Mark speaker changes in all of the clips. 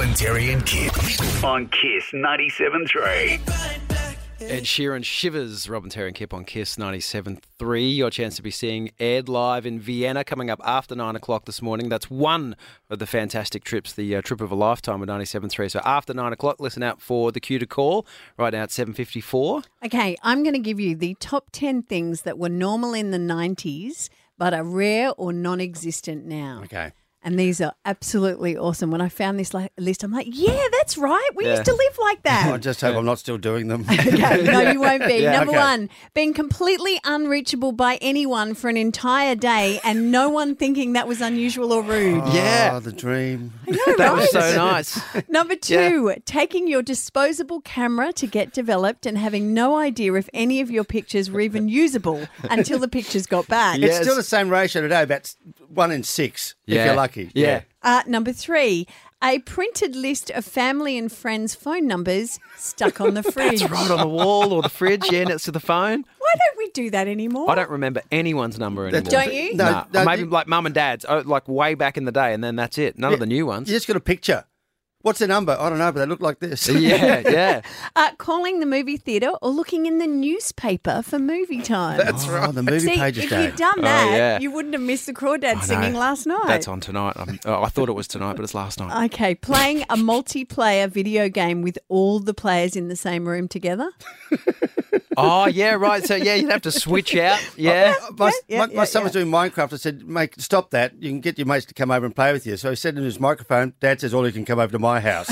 Speaker 1: and Terry and Kip on Kiss 97.3.
Speaker 2: Ed Sheeran shivers. Robin Terry and Kip on Kiss 97.3. Your chance to be seeing Ed live in Vienna coming up after 9 o'clock this morning. That's one of the fantastic trips, the uh, trip of a lifetime at 97.3. So after 9 o'clock, listen out for the cue to call. Right now it's 7.54.
Speaker 3: Okay, I'm going to give you the top 10 things that were normal in the 90s but are rare or non existent now.
Speaker 2: Okay.
Speaker 3: And these are absolutely awesome. When I found this like, list, I'm like, yeah, that's right. We
Speaker 2: Yeah.
Speaker 3: used to live like
Speaker 4: I
Speaker 3: that.
Speaker 4: just hope I'm not still doing them. Ah,
Speaker 3: okay, no, you won't be. Number
Speaker 4: okay.
Speaker 3: one, being completely unreachable by anyone for an entire day and no one thinking that was unusual or rude.
Speaker 2: Yeah.
Speaker 4: Oh, the dream.
Speaker 2: That was so nice.
Speaker 3: Number two, taking your disposable camera to get developed and having no idea if any of your pictures were even usable until the pictures got back.
Speaker 2: Yeah. Yes.
Speaker 4: It's still the same ratio today, about one in six, if you're lucky.
Speaker 2: Yeah.
Speaker 3: Uh, number three, a printed list of family and friends' phone numbers stuck on the fridge.
Speaker 2: It's right on the wall or the fridge, yeah, next to the phone.
Speaker 3: Why don't we do that anymore?
Speaker 2: I don't remember anyone's number anymore.
Speaker 4: That's-
Speaker 3: Don't you?
Speaker 4: No,
Speaker 2: Nah.
Speaker 4: no,
Speaker 2: maybe
Speaker 4: you-
Speaker 2: like mum and dad's, oh, like way back in the day, and then that's it. None of the new ones.
Speaker 4: You just got a picture. What's the number? I don't know, but they look like this.
Speaker 2: yeah, yeah.
Speaker 3: Uh, calling the movie theatre or looking in the newspaper for movie time.
Speaker 4: That's right. The movie
Speaker 3: See,
Speaker 4: pages
Speaker 3: if
Speaker 4: day.
Speaker 3: you'd done that,
Speaker 2: Oh, yeah.
Speaker 3: you wouldn't have missed the crawdad singing last night.
Speaker 2: That's on tonight. i oh, I thought it was tonight, but it's last night.
Speaker 3: Okay, playing a multiplayer video game with all the players in the same room together.
Speaker 2: oh yeah, right. So yeah, you'd have to switch out. Yeah.
Speaker 4: Uh, my,
Speaker 3: yeah,
Speaker 4: my,
Speaker 3: yeah,
Speaker 4: my son was doing Minecraft. I said, "Mate, stop that! You can get your mates to come over and play with you." So he said in his microphone, "Dad says all you can come over to my house."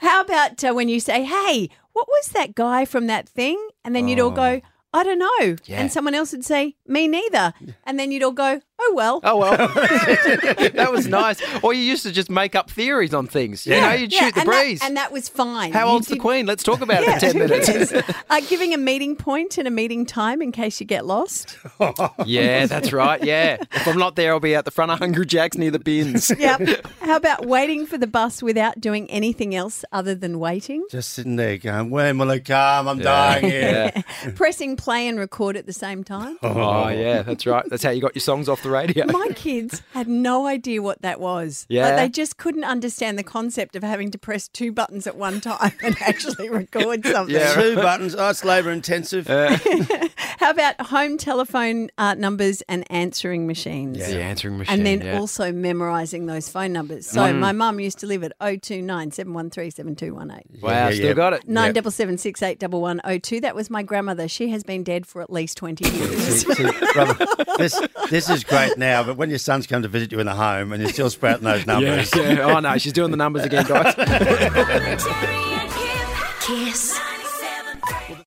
Speaker 3: How about uh, when you say, "Hey, what was that guy from that thing?" and then you'd all go, "I don't know,"
Speaker 2: Oh. Yeah.
Speaker 3: and someone else would say, "Me neither," and then you'd all go, "Oh well."
Speaker 2: Oh well, that was nice. Or you used to just make up theories on things. You know, you'd
Speaker 3: Yeah,
Speaker 2: shoot the
Speaker 3: and that-
Speaker 2: breeze.
Speaker 3: and that was fine.
Speaker 2: How
Speaker 3: You
Speaker 2: old's the
Speaker 3: did-
Speaker 2: queen? Let's talk about it
Speaker 3: Yeah,
Speaker 2: for ten minutes.
Speaker 3: yes. uh, giving a meeting point and a meeting time in case you get lost.
Speaker 2: yeah, that's right. Yeah, if I'm not there, I'll be out the front of Hungry Jack's near the bins.
Speaker 3: Yep. How about waiting for the bus without doing anything else other than waiting?
Speaker 4: Just sitting there going, "When will it come? Ah, I'm dying here."
Speaker 3: Pressing play and record at the same time.
Speaker 2: Oh yeah, that's right. That's how you got your songs off the radio.
Speaker 3: My kids had no idea what that was. Like,
Speaker 2: Yeah.
Speaker 3: they just couldn't understand the concept of having to press two buttons at one time and actually record something.
Speaker 4: Two buttons. Oh, it's labour intensive.
Speaker 3: How about home telephone uh, numbers and answering machines?
Speaker 2: The answering machine.
Speaker 3: And then
Speaker 2: yeah. Mm.
Speaker 3: also memorising those phone numbers. So my mum used to live at 029 713 7218.
Speaker 2: wow,
Speaker 4: Yeah,
Speaker 2: still
Speaker 4: yeah.
Speaker 2: got it.
Speaker 3: Nine double seven six eight double one oh two. That was my grandmother. She has been dead for at least twenty years.
Speaker 4: See, brother, this this is great now, but when your sons come to visit you in the home and you're still sprouting those
Speaker 2: Yeah,
Speaker 4: numbers,
Speaker 2: yeah. Oh no, she's doing the numbers again, guys.
Speaker 5: Terry and Kip. Kiss.